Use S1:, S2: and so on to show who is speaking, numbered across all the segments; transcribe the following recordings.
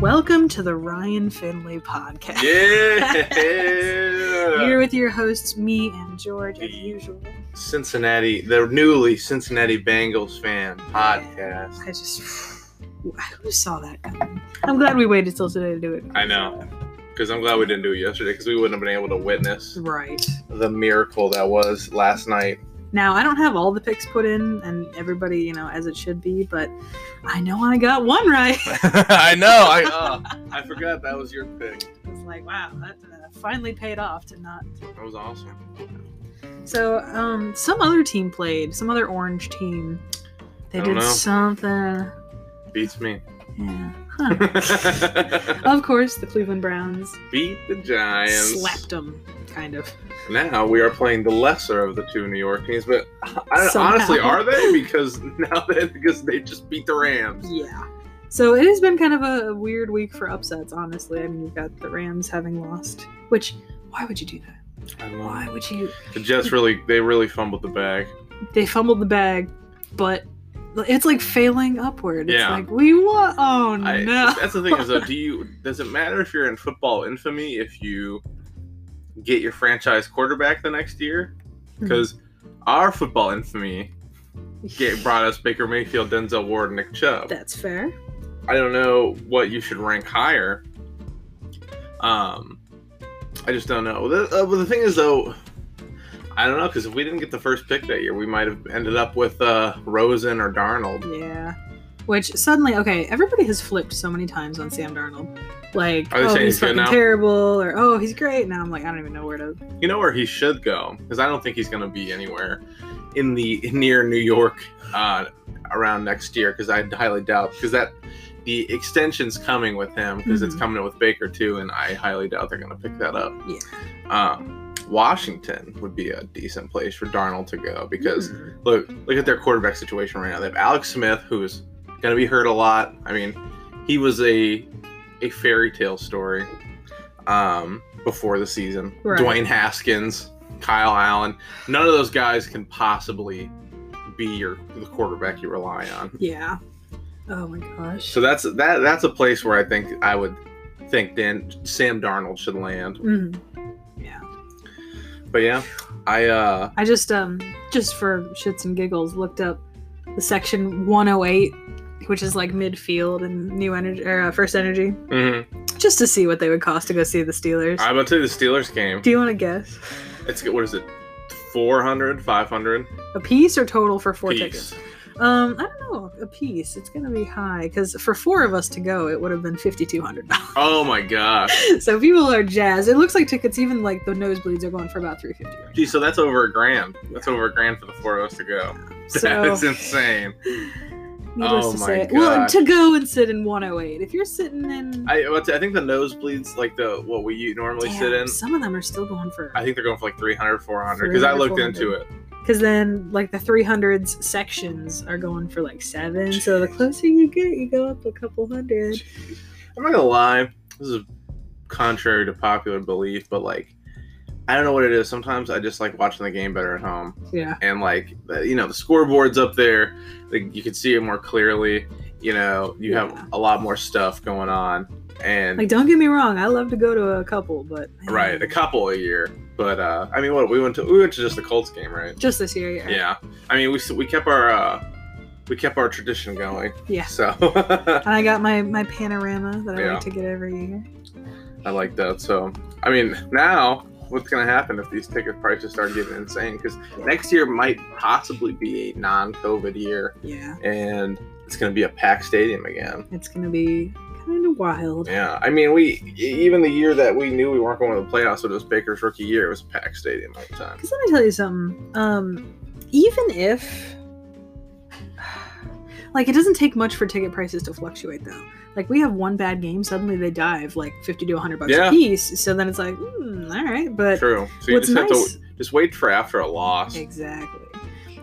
S1: Welcome to the Ryan Finley podcast. Here
S2: Yeah.
S1: with your hosts, me and George, as
S2: Me.
S1: usual.
S2: Cincinnati, the newly Cincinnati Bengals fan podcast.
S1: I just, who saw that coming? I'm glad we waited till today to do it.
S2: I know. Because I'm glad we didn't do it yesterday because we wouldn't have been able to witness
S1: Right.
S2: the miracle that was last night.
S1: Now, I don't have all the picks put in and everybody, you know, as it should be, but I know I got one right.
S2: I know. I uh, I forgot that was your pick.
S1: It's like, wow, that uh, finally paid off to not.
S2: That was awesome.
S1: So, um, some other team played, some other orange team. They
S2: I don't
S1: did
S2: know.
S1: something.
S2: Beats me.
S1: Yeah. Huh.
S2: Beat
S1: of course, the Cleveland Browns
S2: the Giants.
S1: slapped them, kind of.
S2: Now we are playing the lesser of the two New York teams, but I,
S1: Somehow.
S2: honestly, are they? Because now that because they just beat the Rams.
S1: Yeah. So it has been kind of a weird week for upsets, honestly. I mean, you've got the Rams having lost, which, why would you do that?
S2: I don't know.
S1: Why would you?
S2: The Jets really they really fumbled the bag.
S1: They fumbled the bag, but it's like failing upward. It's
S2: Yeah.
S1: like, we won. Oh,
S2: I,
S1: no.
S2: That's the thing is though, do you does it matter if you're in football infamy if you get your franchise quarterback the next year? Because our football infamy get, brought us Baker Mayfield, Denzel Ward, and Nick Chubb.
S1: That's fair.
S2: I don't know what you should rank higher. Um, I just don't know. The, uh, but the thing is, though, I don't know because if we didn't get the first pick that year, we might have ended up with uh, Rosen or Darnold.
S1: Yeah. Which suddenly, okay, everybody has flipped so many times on Sam Darnold. Like,
S2: Are they
S1: oh,
S2: saying
S1: he's
S2: he's good
S1: fucking
S2: now?
S1: terrible, or oh, he's great. Now I'm like, I don't even know where to
S2: You know where he should go because I don't think he's going to be anywhere in the near New York uh, around next year because I highly doubt because that the extension's coming with him because it's
S1: Mhm.
S2: coming with Baker too, and I highly doubt they're going to pick that up.
S1: Yeah.
S2: Um, Washington would be a decent place for Darnold to go
S1: Mm.
S2: because look look at their quarterback situation right now. They have Alex Smith who's going to be hurt a lot. I mean, he was a a fairy tale story um, before the season.
S1: Right.
S2: Dwayne Haskins, Kyle Allen, none of those guys can possibly be your the quarterback you rely on.
S1: Yeah. Oh my gosh.
S2: So that's that that's a place where I think I would think then Sam Darnold should land.
S1: Mm.
S2: But yeah, I uh
S1: I just um just for shits and giggles looked up the section 108, which is like midfield and new energy or uh, first energy, Mm-hmm.
S2: mhm.
S1: just to see what they would cost to go see the Steelers.
S2: I'm about to the Steelers game.
S1: Do you want to guess
S2: It's what is it? 400, 500
S1: a piece or total for four
S2: piece.
S1: tickets? Um, I don't know a piece. It's gonna be high because for four of us to go, it would have been fifty two hundred dollars.
S2: Oh my gosh.
S1: so people are jazzed. It looks like tickets, even like the nosebleeds, are going for about three fifty.
S2: Gee, so that's over a grand. That's over a grand for the four of us to go.
S1: So
S2: That is insane.
S1: Needless
S2: Oh
S1: to
S2: my
S1: say, well,
S2: gosh.
S1: to go and sit in 108. If you're sitting in,
S2: I well, I think the nosebleeds, like the what we u- normally
S1: Damn,
S2: sit in,
S1: some of them are still going for
S2: I think they're going for like 300, 400. Because I
S1: 300,
S2: looked into it.
S1: because then like the 300s sections are going for like seven. So the closer you get, you go up a couple hundred.
S2: I'm not gonna lie. This is contrary to popular belief, but like, I don't know what it is. Sometimes I just like watching the game better at home,
S1: Yeah,
S2: and like, the- you know, the scoreboard's up there. Like, you can see it more clearly. You know, you
S1: Yeah.
S2: have a lot more stuff going on, and
S1: like don't get me wrong, I love to go to a couple, but
S2: right, a couple a year. But uh, I mean, what we went to, we went to just the Colts game, right?
S1: just this year, yeah,
S2: Yeah. I mean, we s- we kept our uh, we kept our tradition going.
S1: Yeah.
S2: So.
S1: And I got my my panorama that I
S2: Yeah.
S1: like to get every year.
S2: I like that. So, I mean, now what's going to happen if these ticket prices start getting insane? Because next year might possibly be a non-COVID year,
S1: Yeah,
S2: and it's going to be a packed stadium again.
S1: it's gonna be kind of wild.
S2: Yeah, I mean, we e- even the year that we knew we weren't going to the playoffs, but it was Baker's rookie year. It was a packed stadium all the time.
S1: Because let me tell you something. Um, even if, like, it doesn't take much for ticket prices to fluctuate, though. Like, we have one bad game, suddenly they dive like fifty to hundred bucks
S2: Yeah.
S1: a piece. So then it's like, mm, all right, but
S2: True. So you
S1: what's
S2: just
S1: nice,
S2: have to just wait for after a loss.
S1: exactly.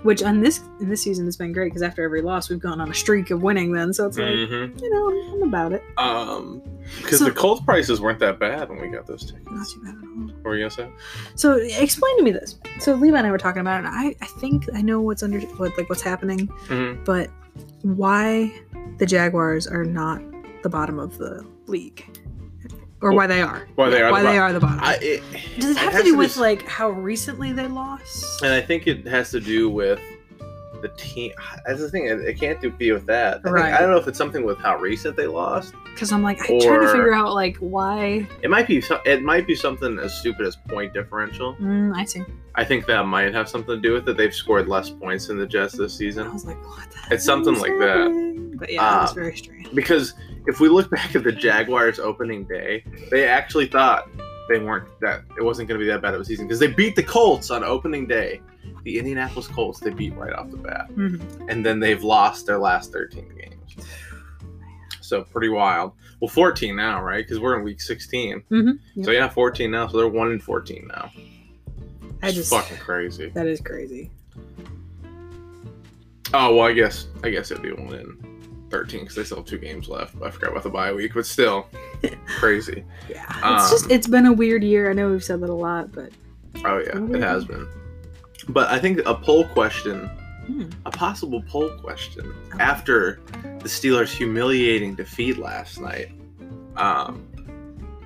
S1: Which on this in this season has been great because after every loss we've gone on a streak of winning. Then so it's like
S2: Mm-hmm.
S1: you know I'm about it.
S2: Um, because
S1: So-
S2: the Colts prices weren't that bad when we got those tickets.
S1: Not too bad at all.
S2: What were you gonna say?
S1: So explain to me this. So Levi and I were talking about it. And I I think I know what's under what like what's happening.
S2: Mm-hmm.
S1: but why the Jaguars are not the bottom of the league, or why they are.
S2: Why they are
S1: Why
S2: the
S1: they are the bottom.
S2: I, it,
S1: Does it have to
S2: has
S1: do with
S2: s- Uh,
S1: like how recently they lost?
S2: And I think it has to do with the team. That's the thing. It, it can't do, be with that. I, think-
S1: Right.
S2: I don't know if it's something with how recent they lost.
S1: Because I'm like, I'm trying to
S2: Or-
S1: figure out like why.
S2: It might be. so- It might be something as stupid as point differential.
S1: Mm, I see.
S2: I think that might have something to do with it. They've scored less points than the Jets this
S1: I
S2: season.
S1: was like, what? The
S2: It's something
S1: hell is
S2: like that.
S1: happening? But yeah, it's
S2: Um,
S1: very strange.
S2: Because if we look back at the Jaguars' opening day, they actually thought they weren't that. It wasn't going to be that bad of a season because they beat the Colts on opening day. The Indianapolis Colts they beat right off the bat,
S1: Mhm.
S2: and then they've lost their last 13 games. So pretty wild. Well, 14 now, right? Because we're in week 16.
S1: Mhm, yep.
S2: So yeah, 14 now. So they're one in 14 now.
S1: I
S2: It's
S1: just
S2: fucking crazy.
S1: that is crazy.
S2: Oh well, I guess I guess it'd be one in thirteen because they still have two games left. I forgot about the bye week, but still crazy.
S1: Yeah, it's just
S2: Um,
S1: it's been a weird year. I know we've said that a lot, but
S2: Oh yeah, it has been. But I think a poll question,
S1: Hmm.
S2: a possible poll question after the Steelers' humiliating defeat last night. Um,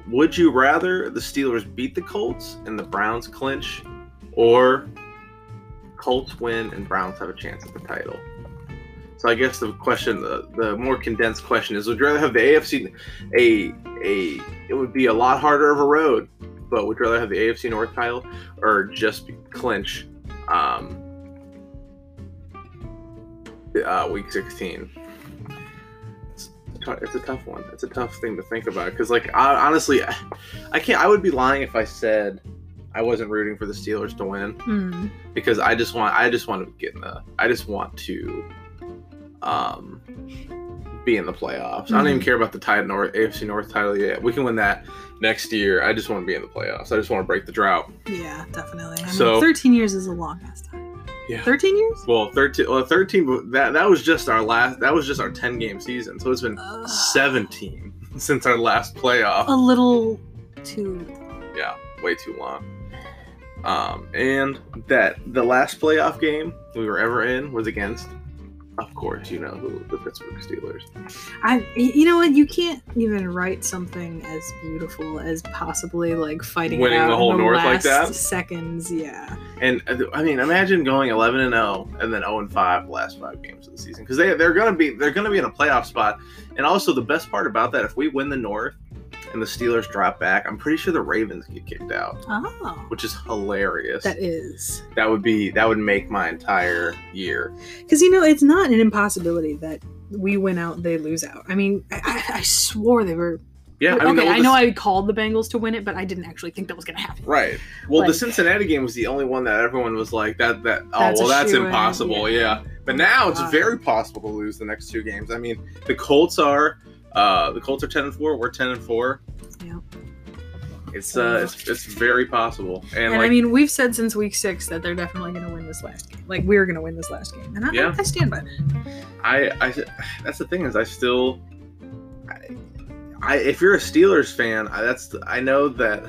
S2: would you rather the Steelers beat the Colts and the Browns clinch, or Colts win and Browns have a chance at the title? So I guess the question, the, the more condensed question is: Would you rather have the AFC, a a it would be a lot harder of a road, but would you rather have the AFC North title or just clinch um, uh, Week 16? It's, tou- it's a tough one. It's a tough thing to think about because, like, I, honestly, I, I can't. I would be lying if I said I wasn't rooting for the Steelers to win
S1: hmm,
S2: because I just want I just want to get in the I just want to um be in the playoffs. I don't even care about the title or AFC North title yet. We can win that next year. I just want to be in the playoffs. I just want to break the drought.
S1: yeah, definitely. I mean,
S2: So-
S1: thirteen years is a long ass time.
S2: Yeah.
S1: Thirteen years?
S2: Well, 13 well, 13 that that was just our last that was just our 10 game season. So it's been
S1: Ugh.
S2: 17 since our last playoff.
S1: A little too.
S2: Way too long. Um and that the last playoff game we were ever in was against of course, you know, who the Pittsburgh Steelers.
S1: I you know what? You can't even write something as beautiful as possibly like fighting it
S2: Winning
S1: out
S2: the
S1: in
S2: whole North
S1: last
S2: like that?
S1: Seconds, yeah.
S2: And uh, I mean, imagine going 11 and 0 and then 0 and 5 the last five games of the season because they they're gonna be they're gonna be in a playoff spot. And also the best part about that, if we win the North and the Steelers drop back, I'm pretty sure the Ravens get kicked out,
S1: Oh,
S2: which is hilarious.
S1: that
S2: That,
S1: is
S2: would be that would make my entire year.
S1: because you know it's not an impossibility that we win out, they lose out. I mean, I, I, I swore they were.
S2: Yeah, I mean,
S1: okay,
S2: well,
S1: I know I
S2: this-
S1: called the Bengals to win it, but I didn't actually think that was gonna happen.
S2: right. Well, the
S1: like-
S2: Cincinnati game was the only one that everyone was like that that oh
S1: That's a
S2: well that's
S1: shoo-in,
S2: impossible.
S1: yeah.
S2: yeah. But now it's
S1: Wow.
S2: very possible to lose the next two games. I mean, the Colts are uh, the Colts are ten and four. We're ten and four.
S1: Yep.
S2: It's uh, it's, it's very possible. And,
S1: And
S2: like,
S1: I mean, we've said since week six that they're definitely going to win this last game. Like we're going to win this last game, and I,
S2: Yeah.
S1: I stand by that.
S2: I, I, that's the thing is, I still, I, I if you're a Steelers fan, I, that's I know that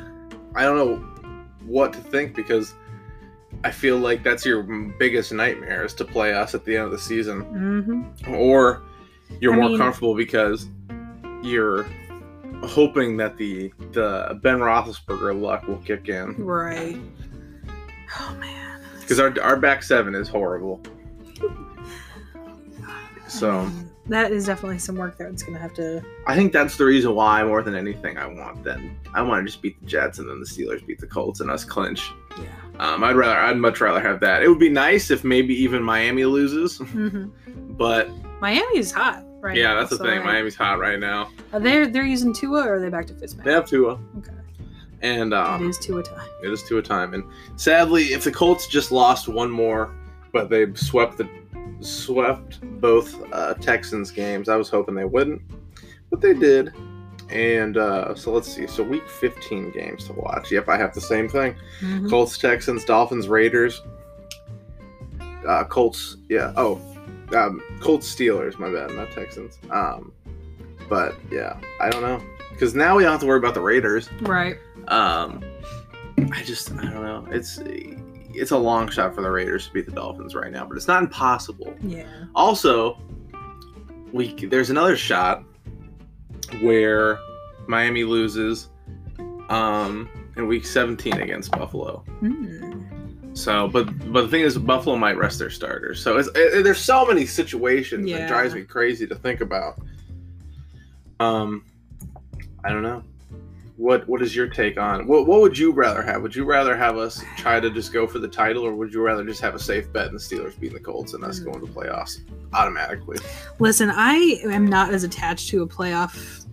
S2: I don't know what to think because I feel like that's your biggest nightmare is to play us at the end of the season.
S1: hmm
S2: or you're
S1: I
S2: more
S1: mean-
S2: comfortable because you're hoping that the the Ben Roethlisberger luck will kick in
S1: Right. Oh man.
S2: because our our back seven is horrible.
S1: I
S2: So
S1: mean, that is definitely some work that it's going to have to.
S2: I think that's the reason why more than anything I want them. I want to just beat the Jets and then the Steelers beat the Colts and us clinch.
S1: Yeah.
S2: Um, I'd rather I'd much rather have that. It would be nice if maybe even Miami loses,
S1: hmm
S2: but
S1: Miami is hot, right?
S2: yeah,
S1: now,
S2: that's the
S1: so,
S2: thing.
S1: like,
S2: Miami's hot right now.
S1: Are they they're using Tua, or are they back to Fitzmagic?
S2: They have Tua,
S1: Okay.
S2: and um,
S1: it is Tua time.
S2: It is two a time, and sadly, if the Colts just lost one more, but they swept the swept both uh, Texans games, I was hoping they wouldn't, but they did. And uh, so let's see. So week 15 games to watch. Yep, I have the same thing:
S1: Mhm.
S2: Colts, Texans, Dolphins, Raiders, uh, Colts. Yeah. Oh, um, Colts, Steelers. My bad, not Texans. Um, but yeah, I don't know because now we don't have to worry about the Raiders
S1: Right.
S2: um i just i don't know it's it's a long shot for the raiders to beat the dolphins right now but it's not impossible
S1: Yeah.
S2: also we there's another shot where Miami loses um, in week 17 against Buffalo.
S1: Hmm.
S2: So, but but the thing is, Buffalo might rest their starters. So it's, it, it- there's so many situations
S1: Yeah.
S2: that drives me crazy to think about. Um, I don't know. What what is your take on what what would you rather have? Would you rather have us try to just go for the title, or would you rather just have a safe bet and the Steelers beating the Colts and us
S1: Hmm.
S2: going to playoffs automatically?
S1: Listen, I am not as attached to a playoff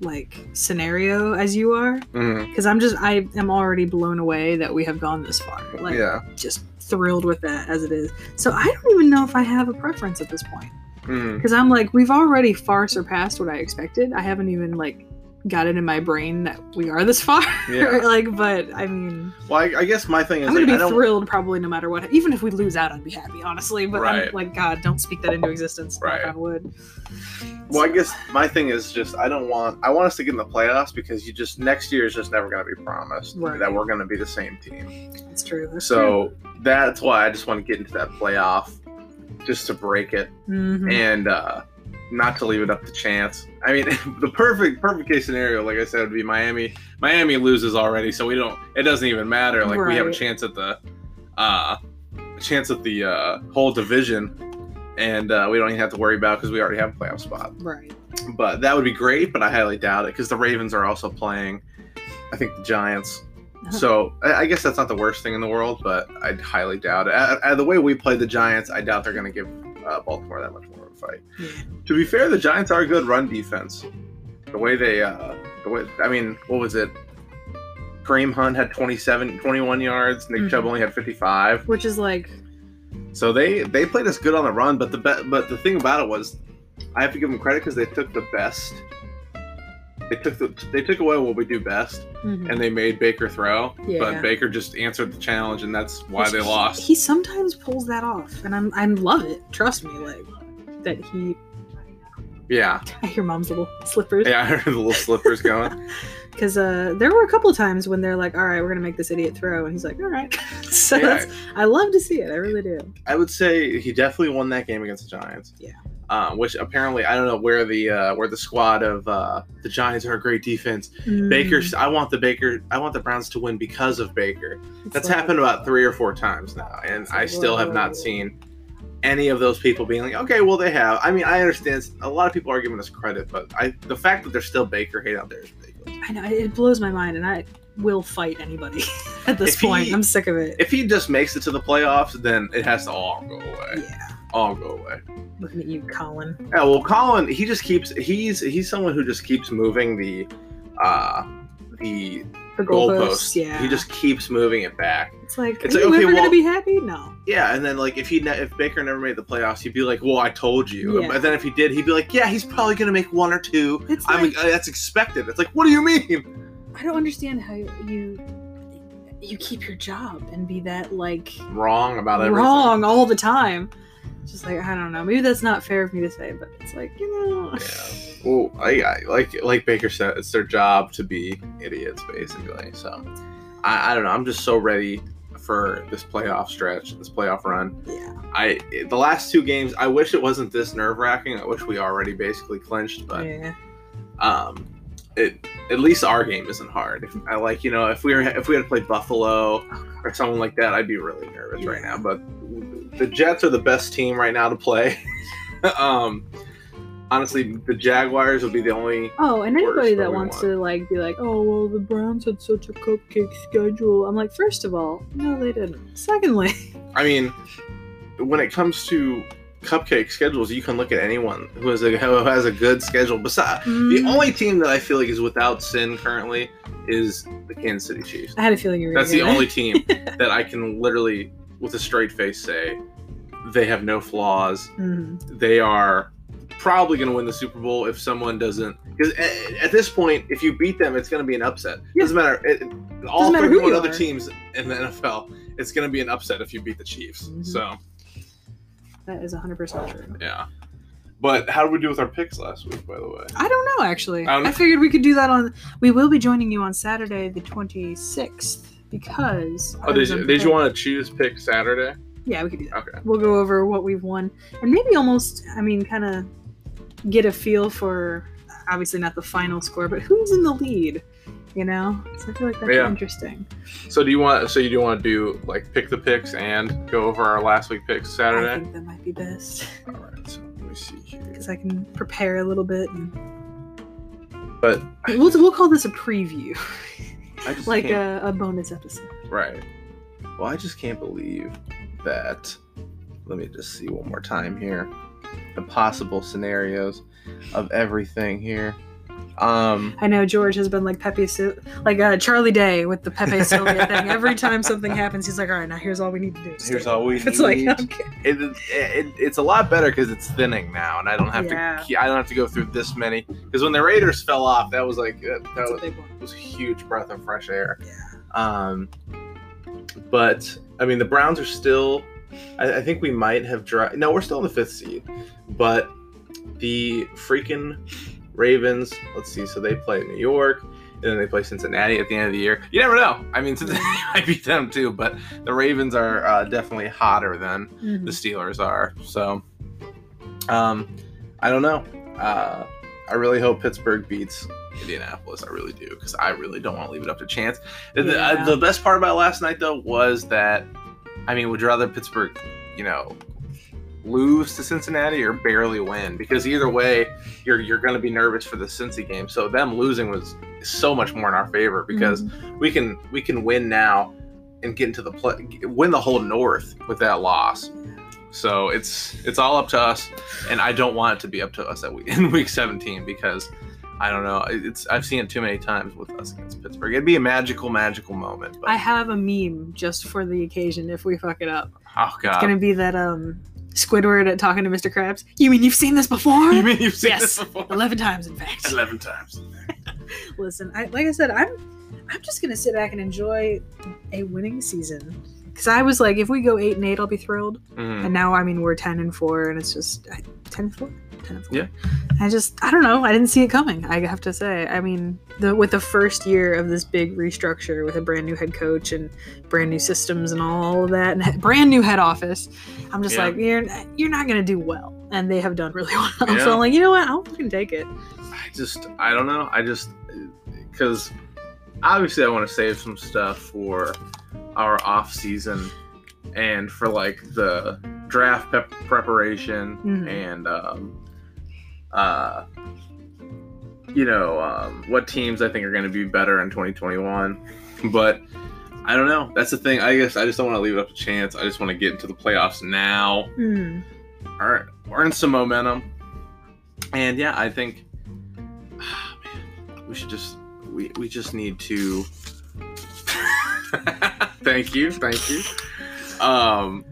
S1: like scenario as you are
S2: Mm-hmm.
S1: because I'm just I am already blown away that we have gone this far. Like
S2: yeah.
S1: just thrilled with that as it is. So I don't even know if I have a preference at this point
S2: Mm-hmm.
S1: because I'm like we've already far surpassed what I expected. I haven't even like got it in my brain that we are this far.
S2: Yeah.
S1: like, but I mean,
S2: Well, I, I guess my thing is
S1: I'm gonna
S2: like, I
S1: be
S2: don't.
S1: thrilled probably no matter what. Even if we lose out, I'd be happy, honestly. But I'm
S2: Right.
S1: like, God, don't speak that into existence. knock
S2: Right.
S1: on wood.
S2: Well, I guess my thing is just I don't want I want us to get in the playoffs because you just next year is just never going to be promised
S1: Right.
S2: that we're going to be the same team.
S1: It's true. That's
S2: so that's why I just want to get into that playoff just to break it
S1: true. Mhm.
S2: and uh, not to leave it up to chance. I mean, the perfect perfect case scenario, like I said, would be Miami. Miami loses already, so we don't. It doesn't even matter. Like we have a
S1: Right.
S2: chance at the, uh, a chance at the uh, whole division, and uh, we don't even have to worry about because we already have a playoff spot.
S1: right.
S2: But that would be great, but I highly doubt it because the Ravens are also playing. I think the Giants. So I I guess that's not the worst thing in the world, but I highly doubt it. Uh, uh, the way we played the Giants, I doubt they're going to give uh, Baltimore that much more of a fight.
S1: Yeah.
S2: To be fair, the Giants are a good run defense. The way they, uh, the way, I mean, what was it? Kareem Hunt had 27, 21 yards. Nick
S1: Mhm.
S2: Chubb only had 55.
S1: Which is like,
S2: So they they played us good on the run, but the be- but the thing about it was, I have to give them credit because they took the best. They took the they took away what we do best,
S1: mhm.
S2: and they made Baker throw.
S1: Yeah.
S2: But Baker just answered the challenge, and that's why
S1: Which
S2: they
S1: he-
S2: lost.
S1: He sometimes pulls that off, and I'm I love it. Trust me, like that he.
S2: Yeah,
S1: I hear mom's little slippers.
S2: yeah, I heard the little slippers going.
S1: Because uh, there were a couple times when they're like, "All right, we're gonna make this idiot throw," and he's like, "All right." so
S2: Yeah.
S1: that's, I love to see it. I really do.
S2: I would say he definitely won that game against the Giants.
S1: Yeah.
S2: Uh, which apparently I don't know where the uh, where the squad of uh, the Giants are a great defense.
S1: Mm,
S2: Baker's I want the Baker I want the Browns to win because of Baker.
S1: it's
S2: That's
S1: like-
S2: happened about three or four times now, and I still have
S1: Whoa.
S2: not seen any of those people being like, okay, well they have. I mean, I understand a lot of people are giving us credit, but I the fact that there's still Baker hate out there is ridiculous.
S1: I know it blows my mind, and I will fight anybody at this
S2: If he-
S1: point. I'm sick of it.
S2: If he just makes it to the playoffs, then it has to all go away.
S1: yeah,
S2: All go away.
S1: looking at you, Colin.
S2: Yeah, well, Colin, he just keeps he's he's someone who just keeps moving the uh the
S1: The
S2: goalpost.
S1: goalposts. Yeah,
S2: He just keeps moving it back.
S1: It's like,
S2: It's
S1: are
S2: like,
S1: you
S2: okay,
S1: ever
S2: well-
S1: gonna be happy? No.
S2: Yeah, and then like if he ne- if Baker never made the playoffs, he'd be like, "Well, I told you."
S1: Yeah.
S2: But then if he did, he'd be like, "Yeah, he's probably gonna make one or two.
S1: It's
S2: I'm
S1: like,
S2: uh, that's expected." It's like, what do you mean?
S1: I don't understand how you you keep your job and be that like
S2: Wrong about everything.
S1: wrong all the time. It's Just like I don't know, maybe that's not fair of me to say, but it's like you know,
S2: Well, I, I like like Baker said, it's their job to be idiots, basically. So I, I don't know. I'm just so ready for this playoff stretch, this playoff run.
S1: yeah.
S2: I the last two games, I wish it wasn't this nerve wracking. I wish we already basically clinched, but
S1: yeah.
S2: um, it at least our game isn't hard. If, I like you know if we were if we had to play Buffalo or someone like that, I'd be really nervous right now. But the Jets are the best team right now to play. um, honestly, the Jaguars would be the only.
S1: Oh, and
S2: Worse
S1: anybody
S2: than
S1: that
S2: we
S1: wants
S2: want.
S1: to like be like, oh well, the Browns had such a cupcake schedule. I'm like, first of all, no, they didn't. Secondly,
S2: I mean, when it comes to cupcake schedules, you can look at anyone who has a who has a good schedule. Besides,
S1: Mm-hmm.
S2: the only team that I feel like is without sin currently is the Kansas City Chiefs.
S1: I had a feeling you were.
S2: That's the
S1: gonna
S2: only team that I can literally, with a straight face, say they have no flaws.
S1: do that. Mhm.
S2: They are probably going to win the Super Bowl if someone doesn't. Because at, this point, if you beat them, it's going to be an upset.
S1: Yeah.
S2: Doesn't matter. It, all
S1: matter who
S2: 31
S1: you
S2: other
S1: are.
S2: teams in the NFL, it's going to be an upset if you beat the Chiefs.
S1: Mhm.
S2: So
S1: That is 100 percent true.
S2: yeah. But how did we do with our picks last week? By the way,
S1: I don't know actually.
S2: I don't-
S1: I figured we could do that on. We will be joining you on Saturday the 26th because.
S2: oh, did you, did you want to choose pick Saturday?
S1: Yeah, we could do that.
S2: Okay.
S1: We'll go over what we've won and maybe almost. I mean, kind of get a feel for. I- obviously not the final score, but who's in the lead? You know, so I feel like that's
S2: Yeah.
S1: interesting.
S2: So do you want? So you do want to do like pick the picks and go over our last week picks
S1: I
S2: Saturday?
S1: think that might be best
S2: All right. So let me see here.
S1: because I can prepare a little bit. And...
S2: But
S1: We'll we'll call this a preview,
S2: I just
S1: like uh,
S2: can't-
S1: a, a bonus episode.
S2: Right. Well, I just can't believe that. Let me just see one more time here. The possible scenarios of everything here. Um,
S1: I know George has been like Pepe, Sil- like uh, Charlie Day with the Pepe Sylvia thing. Every time something happens, he's like, "All right, now here's all we need to do."
S2: here's all we
S1: It's like
S2: need.
S1: okay,
S2: it, it, it- it's a lot better because it's thinning now, and I don't have
S1: Yeah.
S2: to. ke- I don't have to go through this many. Because when the Raiders fell off, that was like uh, that, that
S1: that's a
S2: was,
S1: big one.
S2: was a huge breath of fresh air.
S1: Yeah.
S2: Um, but I mean, the Browns are still. I, I think we might have dropped. No, we're still in the fifth seed, but the freaking Ravens. Let's see. So they play New York, and then they play Cincinnati at the end of the year. You never know. I mean, Cincinnati might beat them too, but the Ravens are uh, definitely hotter than
S1: Mhm.
S2: the Steelers are. So, um, I don't know. Uh, I really hope Pittsburgh beats Indianapolis. I really do because I really don't want to leave it up to chance. The- The, uh,
S1: Yeah.
S2: the best part about last night though was that, I mean, would you rather Pittsburgh, you know, lose to Cincinnati or barely win? Because either way, you're you're going to be nervous for the Cincy game. So them losing was so much more in our favor because
S1: Mhm.
S2: we can we can win now and get into the play win the whole north with that loss so it's it's all up to us and i don't want it to be up to us at week, in week 17 because i don't know it's i've seen it too many times with us against pittsburgh it'd be a magical magical moment but
S1: I have a meme just for the occasion if we fuck it up.
S2: oh god
S1: It's gonna be that um Squidward at talking to Mr. Krabs. You mean you've seen this before?
S2: you mean you've seen
S1: Yes.
S2: this before
S1: Eleven times, in fact.
S2: 11 times
S1: Listen, I, like I said, I'm I'm just gonna sit back and enjoy a winning season. Because I was like, if we go eight and eight, I'll be thrilled.
S2: Mhm.
S1: And now, I mean, we're ten and four, and it's just I, ten and four, ten and four.
S2: Yeah.
S1: I just, I don't know. I didn't see it coming. I have to say. I mean, the with the first year of this big restructure with a brand new head coach and brand new systems and all of that, and he- brand new head office, I'm just
S2: Yeah.
S1: like, you're you're not gonna do well. And they have done really well.
S2: Yeah.
S1: So I'm like, you know what? I'll fucking take it.
S2: I just, I don't know. I just, because obviously I want to save some stuff for our off season and for like the draft pep- preparation
S1: Mhm.
S2: and, um, uh, you know, um, what teams I think are going to be better in 2021. But I don't know. That's the thing. I guess I just don't want to leave it up to chance. I just want to get into the playoffs now
S1: Mm.
S2: earn, earn some momentum. And yeah, I think ah, man, we should just we, we just need to Thank you, thank you. Um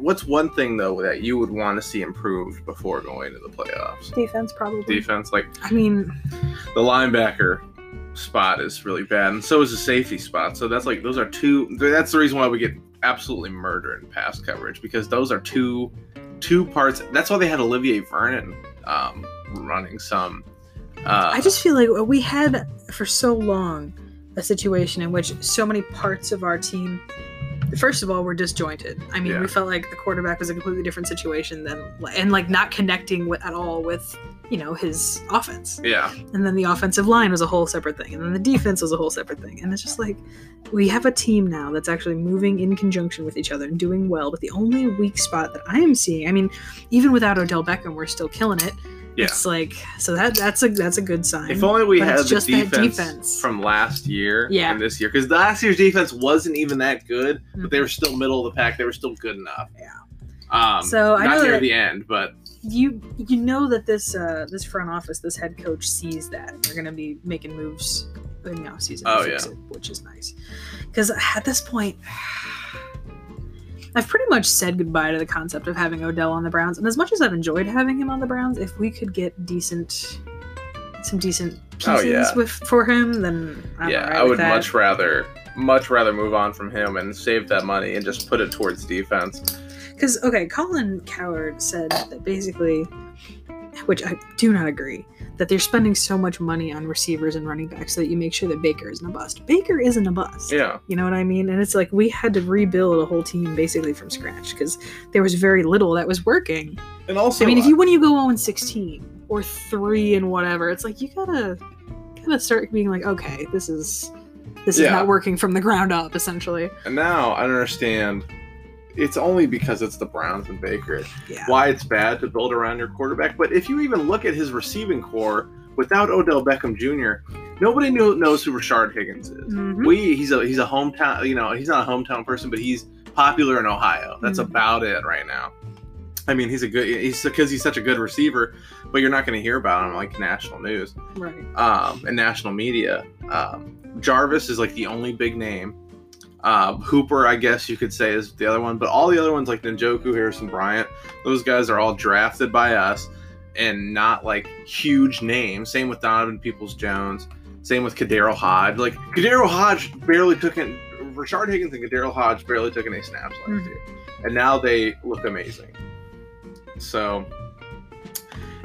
S2: what's one thing though that you would want to see improved before going to the playoffs?
S1: Defense probably.
S2: Defense like
S1: I mean,
S2: the linebacker spot is really bad, and so is the safety spot. So that's like those are two. That's the reason why we get absolutely murdered in pass coverage because those are two two parts. That's why they had Olivier Vernon um, running some. Uh,
S1: I just feel like we had for so long a situation in which so many parts of our team, first of all, were disjointed. I mean,
S2: Yeah.
S1: we felt like the quarterback was a completely different situation than, and like not connecting with, at all with, you know, his offense.
S2: yeah
S1: And then the offensive line was a whole separate thing. And then the defense was a whole separate thing. And it's just like we have a team now that's actually moving in conjunction with each other and doing well. But the only weak spot that I am seeing, I mean, even without Odell Beckham, we're still killing it.
S2: Yeah.
S1: It's like so that that's a that's a good sign.
S2: If only we
S1: but
S2: had
S1: it's
S2: the
S1: just that
S2: defense,
S1: defense.
S2: from last year
S1: Yeah.
S2: and this year, because last year's defense wasn't even that good, but they were still middle of the pack. They were still good enough.
S1: Mm-hmm. Yeah.
S2: Um,
S1: So I
S2: not
S1: know
S2: near
S1: that-
S2: the end, but
S1: you you know that this uh this front office, this head coach sees that and they're gonna be making moves in the offseason
S2: Oh,
S1: to fix it, which is nice. Because at this point I've pretty much said goodbye to the concept of having Odell on the Browns, and as much as I've enjoyed having him on the Browns, if we could get decent some decent pieces
S2: Oh, yeah.
S1: with for him, then I'm
S2: yeah,
S1: all right
S2: I
S1: with
S2: would
S1: that.
S2: much rather much rather move on from him and save that money and just put it towards defense.
S1: Because okay, Colin Coward said that basically, which I do not agree, that they're spending so much money on receivers and running backs so that you make sure that Baker isn't a bust. Baker isn't a bust.
S2: Yeah,
S1: You know what I mean? And it's like we had to rebuild a whole team basically from scratch because there was very little that was working.
S2: and also
S1: I mean, if you when you go 0 16, or three and whatever. It's like you gotta gotta start being like, okay, this is this
S2: Yeah.
S1: is not working from the ground up, essentially.
S2: And now I don't understand. It's only because it's the Browns and Baker
S1: Yeah.
S2: why it's bad to build around your quarterback. But if you even look at his receiving core without Odell Beckham Jr., nobody knew, knows who Rashard Higgins is.
S1: Mhm.
S2: We he's a he's a hometown you know he's not a hometown person, but he's popular in Ohio. That's
S1: Mhm.
S2: about it right now. I mean, he's a good he's because he's such a good receiver, but you're not going to hear about him like national news
S1: Right.
S2: um, and national media. Um, Jarvis is like the only big name. Um, Hooper, I guess you could say, is the other one, but all the other ones like Njoku, Harrison Bryant, those guys are all drafted by us and not like huge names. Same with Donovan Peoples Jones. Same with Kadero Hodge. Like Kadero Hodge barely took in Richard Higgins and Kadero Hodge barely took any snaps last
S1: Mhm.
S2: year, and now they look amazing. So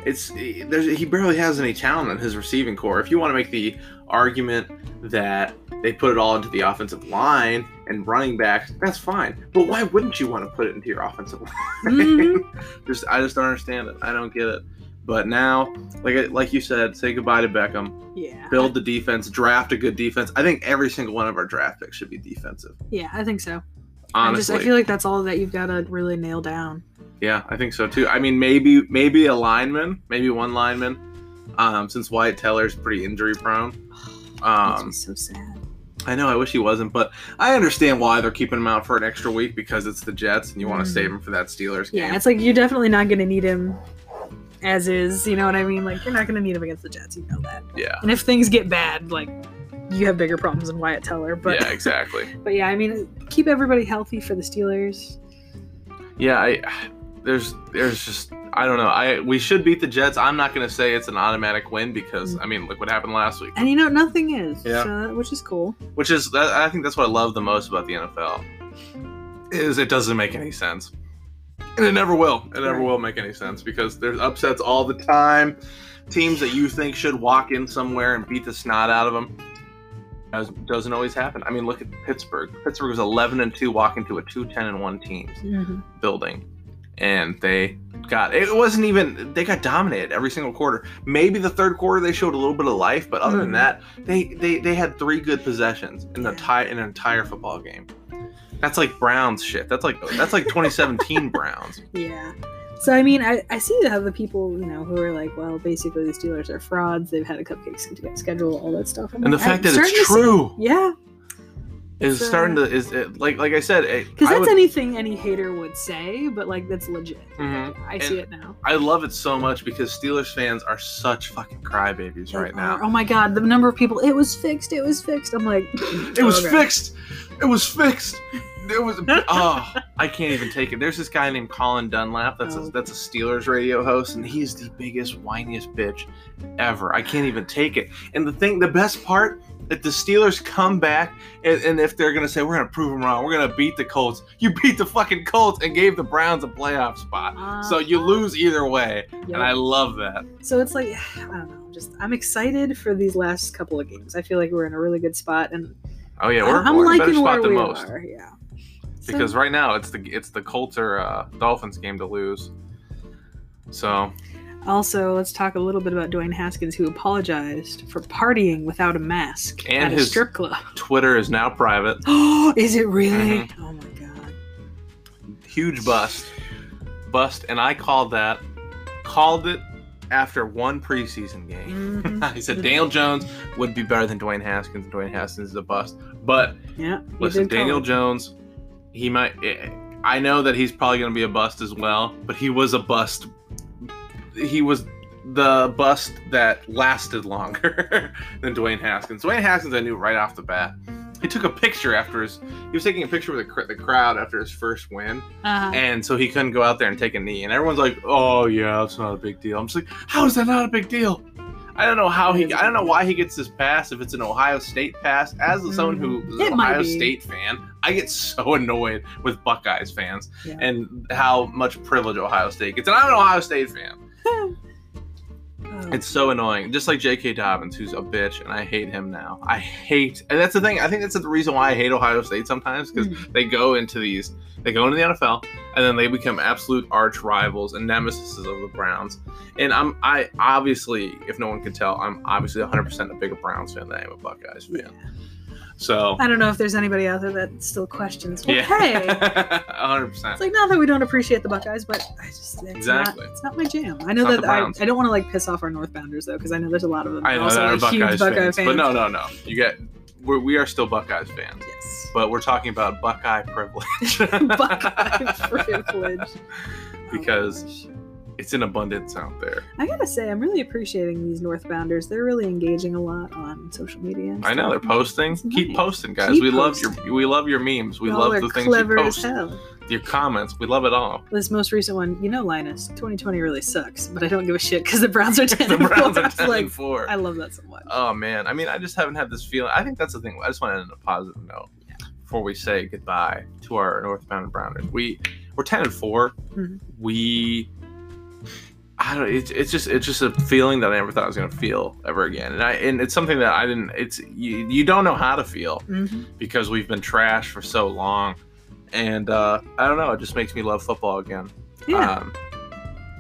S2: it's eh, there's he barely has any talent in his receiving core. If you want to make the argument that they put it all into the offensive line and running backs, that's fine. But why wouldn't you want to put it into your offensive line?
S1: Mhm.
S2: just I just don't understand it. I don't get it. But now, like I- like you said, say goodbye to Beckham.
S1: Yeah.
S2: Build the defense. Draft a good defense. I think every single one of our draft picks should be defensive.
S1: Yeah, I think so. I just
S2: Honestly,
S1: I feel like that's all that you've got to really nail down.
S2: yeah, I think so too. I mean, maybe maybe a lineman, maybe one lineman, um, since Wyatt Teller's pretty injury prone.
S1: Makes
S2: Um,
S1: me so sad.
S2: I know I wish he wasn't, but I understand why they're keeping him out for an extra week because it's the Jets and you want to
S1: Mhm.
S2: save him for that Steelers game.
S1: Yeah, it's like you're definitely not gonna need him as is. You know what I mean? Like you're not gonna need him against the Jets. You know that.
S2: Yeah.
S1: And if things get bad, like you have bigger problems than Wyatt Teller. But
S2: yeah, exactly.
S1: but yeah, I mean, keep everybody healthy for the Steelers.
S2: Yeah, I there's there's just I don't know. I we should beat the Jets. I'm not gonna say it's an automatic win because I mean look what happened last week,
S1: And you know, nothing is,
S2: Yeah.
S1: so- which is cool.
S2: which is that, I think that's what I love the most about the NFL is it doesn't make any sense, and it never will. It never
S1: Right.
S2: will make any sense because there's upsets all the time. Teams that you think should walk in somewhere and beat the snot out of them does- doesn't always happen. I mean, look at Pittsburgh. Pittsburgh was 11 and two, walking to a two 10 and one teams. building and they got it wasn't even they got dominated every single quarter maybe the third quarter they showed a little bit of life but other than
S1: Mhm.
S2: that they they, they had three good possessions in the
S1: Yeah.
S2: tie in an entire football game that's like browns shit that's like that's like 2017 browns
S1: Yeah. So I mean, I, I see how the people you know who are like, well, basically the Steelers are frauds. They've had a cupcake sch- schedule, all that stuff. I'm
S2: and the
S1: like, I'm
S2: fact that
S1: starting
S2: it's
S1: to see-
S2: true
S1: yeah,
S2: is
S1: it's, uh,
S2: starting to is it, like like i said it,
S1: because
S2: I,
S1: that's
S2: would-
S1: anything any hater would say, but like that's legit.
S2: Mhm.
S1: I see it now.
S2: I love it so much because steelers fans are such fucking crybabies
S1: They
S2: right now
S1: are- Oh my god, the number of people. It was fixed. It was fixed. I'm like,
S2: It was
S1: okay.
S2: fixed. It was fixed. It was. Oh, I can't even take it. There's this guy named Colin Dunlap. That's a,
S1: Oh.
S2: that's a Steelers radio host, and he's the biggest whiniest bitch ever. I can't even take it. And the thing, the best part, if the Steelers come back, and, and if they're gonna say we're gonna prove them wrong, we're gonna beat the Colts. You beat the fucking Colts and gave the Browns a playoff spot. So you lose either way,
S1: Yep.
S2: and I love that.
S1: Um, So it's like I don't know. Just I'm excited for these last couple of games. I feel like we're in a really good spot, and
S2: Oh yeah, we're,
S1: I'm, I'm
S2: we're in a better
S1: liking where
S2: spot than
S1: we
S2: most.
S1: are. Yeah. So-
S2: because right now it's the it's the Colts or uh, Dolphins game to lose. So
S1: Also, let's talk a little bit about Dwayne Haskins, who apologized for partying without a mask
S2: And
S1: at
S2: his-
S1: a strip club.
S2: Twitter is now private.
S1: Oh, is it really?
S2: Mm-hmm.
S1: Oh my god.
S2: Huge bust, bust, and I called that, called it after one preseason game.
S1: Mhm.
S2: I said Daniel Jones would be better than Dwayne Haskins. Dwayne Haskins is a bust, but
S1: Yeah. you
S2: listen,
S1: did call
S2: Daniel
S1: it.
S2: Jones, he might. eh, I know that he's probably going to be a bust as well, but he was a bust. He was the bust that lasted longer than Dwayne Haskins. Dwayne Haskins, I knew right off the bat. He took a picture after his. He was taking a picture with the, cr- the crowd after his first win,
S1: Uh-huh.
S2: and so he couldn't go out there and take a knee. And everyone's like, "Oh yeah, that's not a big deal." I'm just like, "How is that not a big deal?" I don't know how he. I don't know why he gets this pass if it's an Ohio State pass. As someone who is an
S1: It might
S2: Ohio
S1: be.
S2: State fan, I get so annoyed with Buckeyes fans
S1: Yeah.
S2: and how much privilege Ohio State gets. And I'm an Ohio State fan.
S1: Oh.
S2: It's so annoying. Just like J.K. Dobbins, who's a bitch, and I hate him now. I hate, and
S1: Oh. Hmm.
S2: that's the thing. I think that's the reason why I hate Ohio State sometimes because
S1: Mhm.
S2: they go into these they go into the NFL and then they become absolute arch rivals and nemesis of the Browns. And I'm I obviously, if no one can tell, I'm obviously 100% a bigger Browns fan than I am a Buckeyes fan. So
S1: I don't know if there's anybody out there that still questions. Well,
S2: yeah,
S1: hey,
S2: 100%.
S1: it's like not that we don't appreciate the Buckeyes, but I just it's
S2: Exactly.
S1: not it's not my jam. I know
S2: not
S1: that
S2: the
S1: I,
S2: Browns.
S1: I don't want to like piss off our Northbounders though, because I know there's a lot of them.
S2: I know
S1: also
S2: that are
S1: like, huge
S2: Buckeyes
S1: Buckeye
S2: fans, but no, no, no. You get we're, we are still Buckeyes fans,
S1: Yes.
S2: but we're talking about Buckeye privilege.
S1: Buckeye privilege. Oh,
S2: Because-
S1: gosh.
S2: it's an abundance out there.
S1: I gotta say, I'm really appreciating these Northbounders. They're really engaging a lot on social media. and
S2: I know they're
S1: stuff.
S2: posting.
S1: It's
S2: Keep
S1: nice.
S2: posting, guys.
S1: Keep
S2: we love
S1: posting.
S2: your we love your memes. We
S1: Y'all
S2: love
S1: are
S2: the things you
S1: clever as
S2: post.
S1: hell.
S2: Your comments, we love it all.
S1: This most recent one, you know, Linus, 2020 really sucks, but I don't give a shit because the Browns are 10
S2: the
S1: and
S2: Browns
S1: 4.
S2: are ten
S1: like,
S2: and four.
S1: I love that so much.
S2: Oh man, I mean, I just haven't had this feeling. I think that's the thing. I just want to end on a positive note before we say goodbye to our Northbound and Browners. We we're ten and 4
S1: Mhm.
S2: We I don't. It's it's just it's just a feeling that I never thought I was gonna feel ever again, and I and it's something that I didn't. It's you, you don't know how to feel
S1: Mhm.
S2: because we've been trashed for so long, and uh, I don't know. It just makes me love football again.
S1: Yeah,
S2: Um,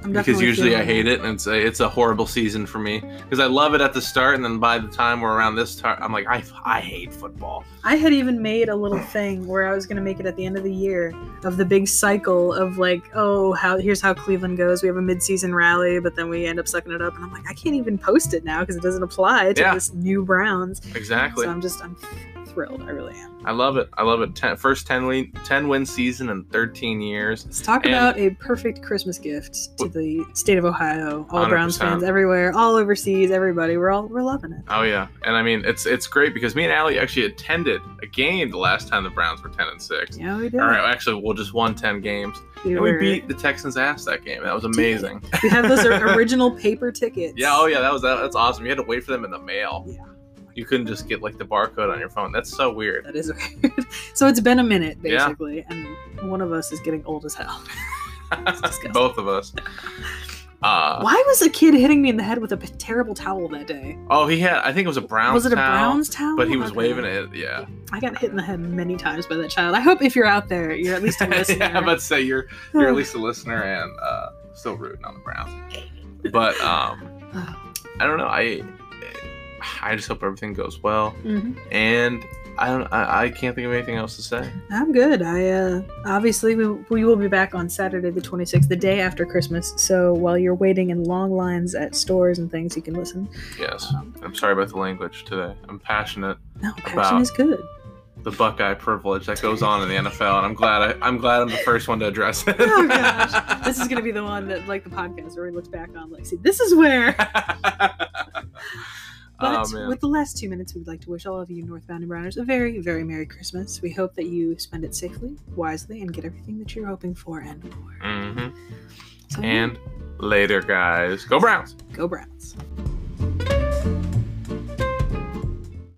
S1: I'm
S2: because
S1: definitely
S2: usually I
S1: feeling
S2: hate it, and it's a, it's a horrible season for me. Because I love it at the start, and then by the time we're around this time, I'm like, I, I hate football.
S1: I had even made a little thing where I was going to make it at the end of the year of the big cycle of like, oh, how here's how Cleveland goes. We have a midseason rally, but then we end up sucking it up, and I'm like, I can't even post it now because it doesn't apply to
S2: Yeah.
S1: this new Browns.
S2: Exactly,
S1: So I'm just I'm thrilled. I really am.
S2: I love it. I love it. Ten, first 10 win, 10 win season in 13 years.
S1: Let's talk
S2: And-
S1: about a perfect Christmas gift to the state of Ohio, all Browns
S2: 100%.
S1: fans everywhere, all overseas, everybody. We're all we're loving it.
S2: Oh yeah, and I mean it's it's great because me and Allie actually attended a game the last time the Browns were 10 and six.
S1: Yeah, we did.
S2: Or actually, we'll just won 10 games,
S1: We,
S2: and we
S1: were-
S2: beat the Texans' ass that game. That was amazing.
S1: we have those or- original paper tickets.
S2: Yeah, oh yeah, that was that, that's awesome. You had to wait for them in the mail.
S1: Yeah.
S2: You couldn't just get like the barcode on your phone. That's so weird.
S1: That is weird. so it's been a minute
S2: Yeah.
S1: basically, and one of us is getting old as hell. disgusting.
S2: Both of us. Uh,
S1: Why was a kid hitting me in the head with a p- terrible towel that day?
S2: oh, he had. I think it was a Browns.
S1: was it a
S2: towel,
S1: Browns towel?
S2: But he was
S1: Okay.
S2: waving it. Yeah.
S1: I got hit in the head many times by that child. I hope if you're out there, you're at least a listener.
S2: yeah, I'm about to say you're you're at least a listener and uh, still rooting on the Browns. But um, I don't know. I I just hope everything goes well,
S1: Mhm.
S2: and I don't. I, I can't think of anything else to say.
S1: I'm good. I uh, obviously we, we will be back on Saturday the 26th, the day after Christmas. So while you're waiting in long lines at stores and things, you can listen.
S2: Yes.
S1: Um,
S2: I'm sorry about the language today. I'm passionate.
S1: no, passion
S2: About-
S1: is good.
S2: The Buckeye privilege that goes on in the NFL, and I'm glad I, I'm glad I'm the first one to address it.
S1: Oh gosh, this is gonna be the one that like the podcast where we look back on like, see, this is where. But
S2: oh man.
S1: with the last two minutes, we'd like to wish all of you Northbound and Browners a very, very Merry Christmas. We hope that you spend it safely, wisely, and get everything that you're hoping for and more.
S2: Mhm.
S1: So, yeah,
S2: And later, guys. Go Browns.
S1: go Browns.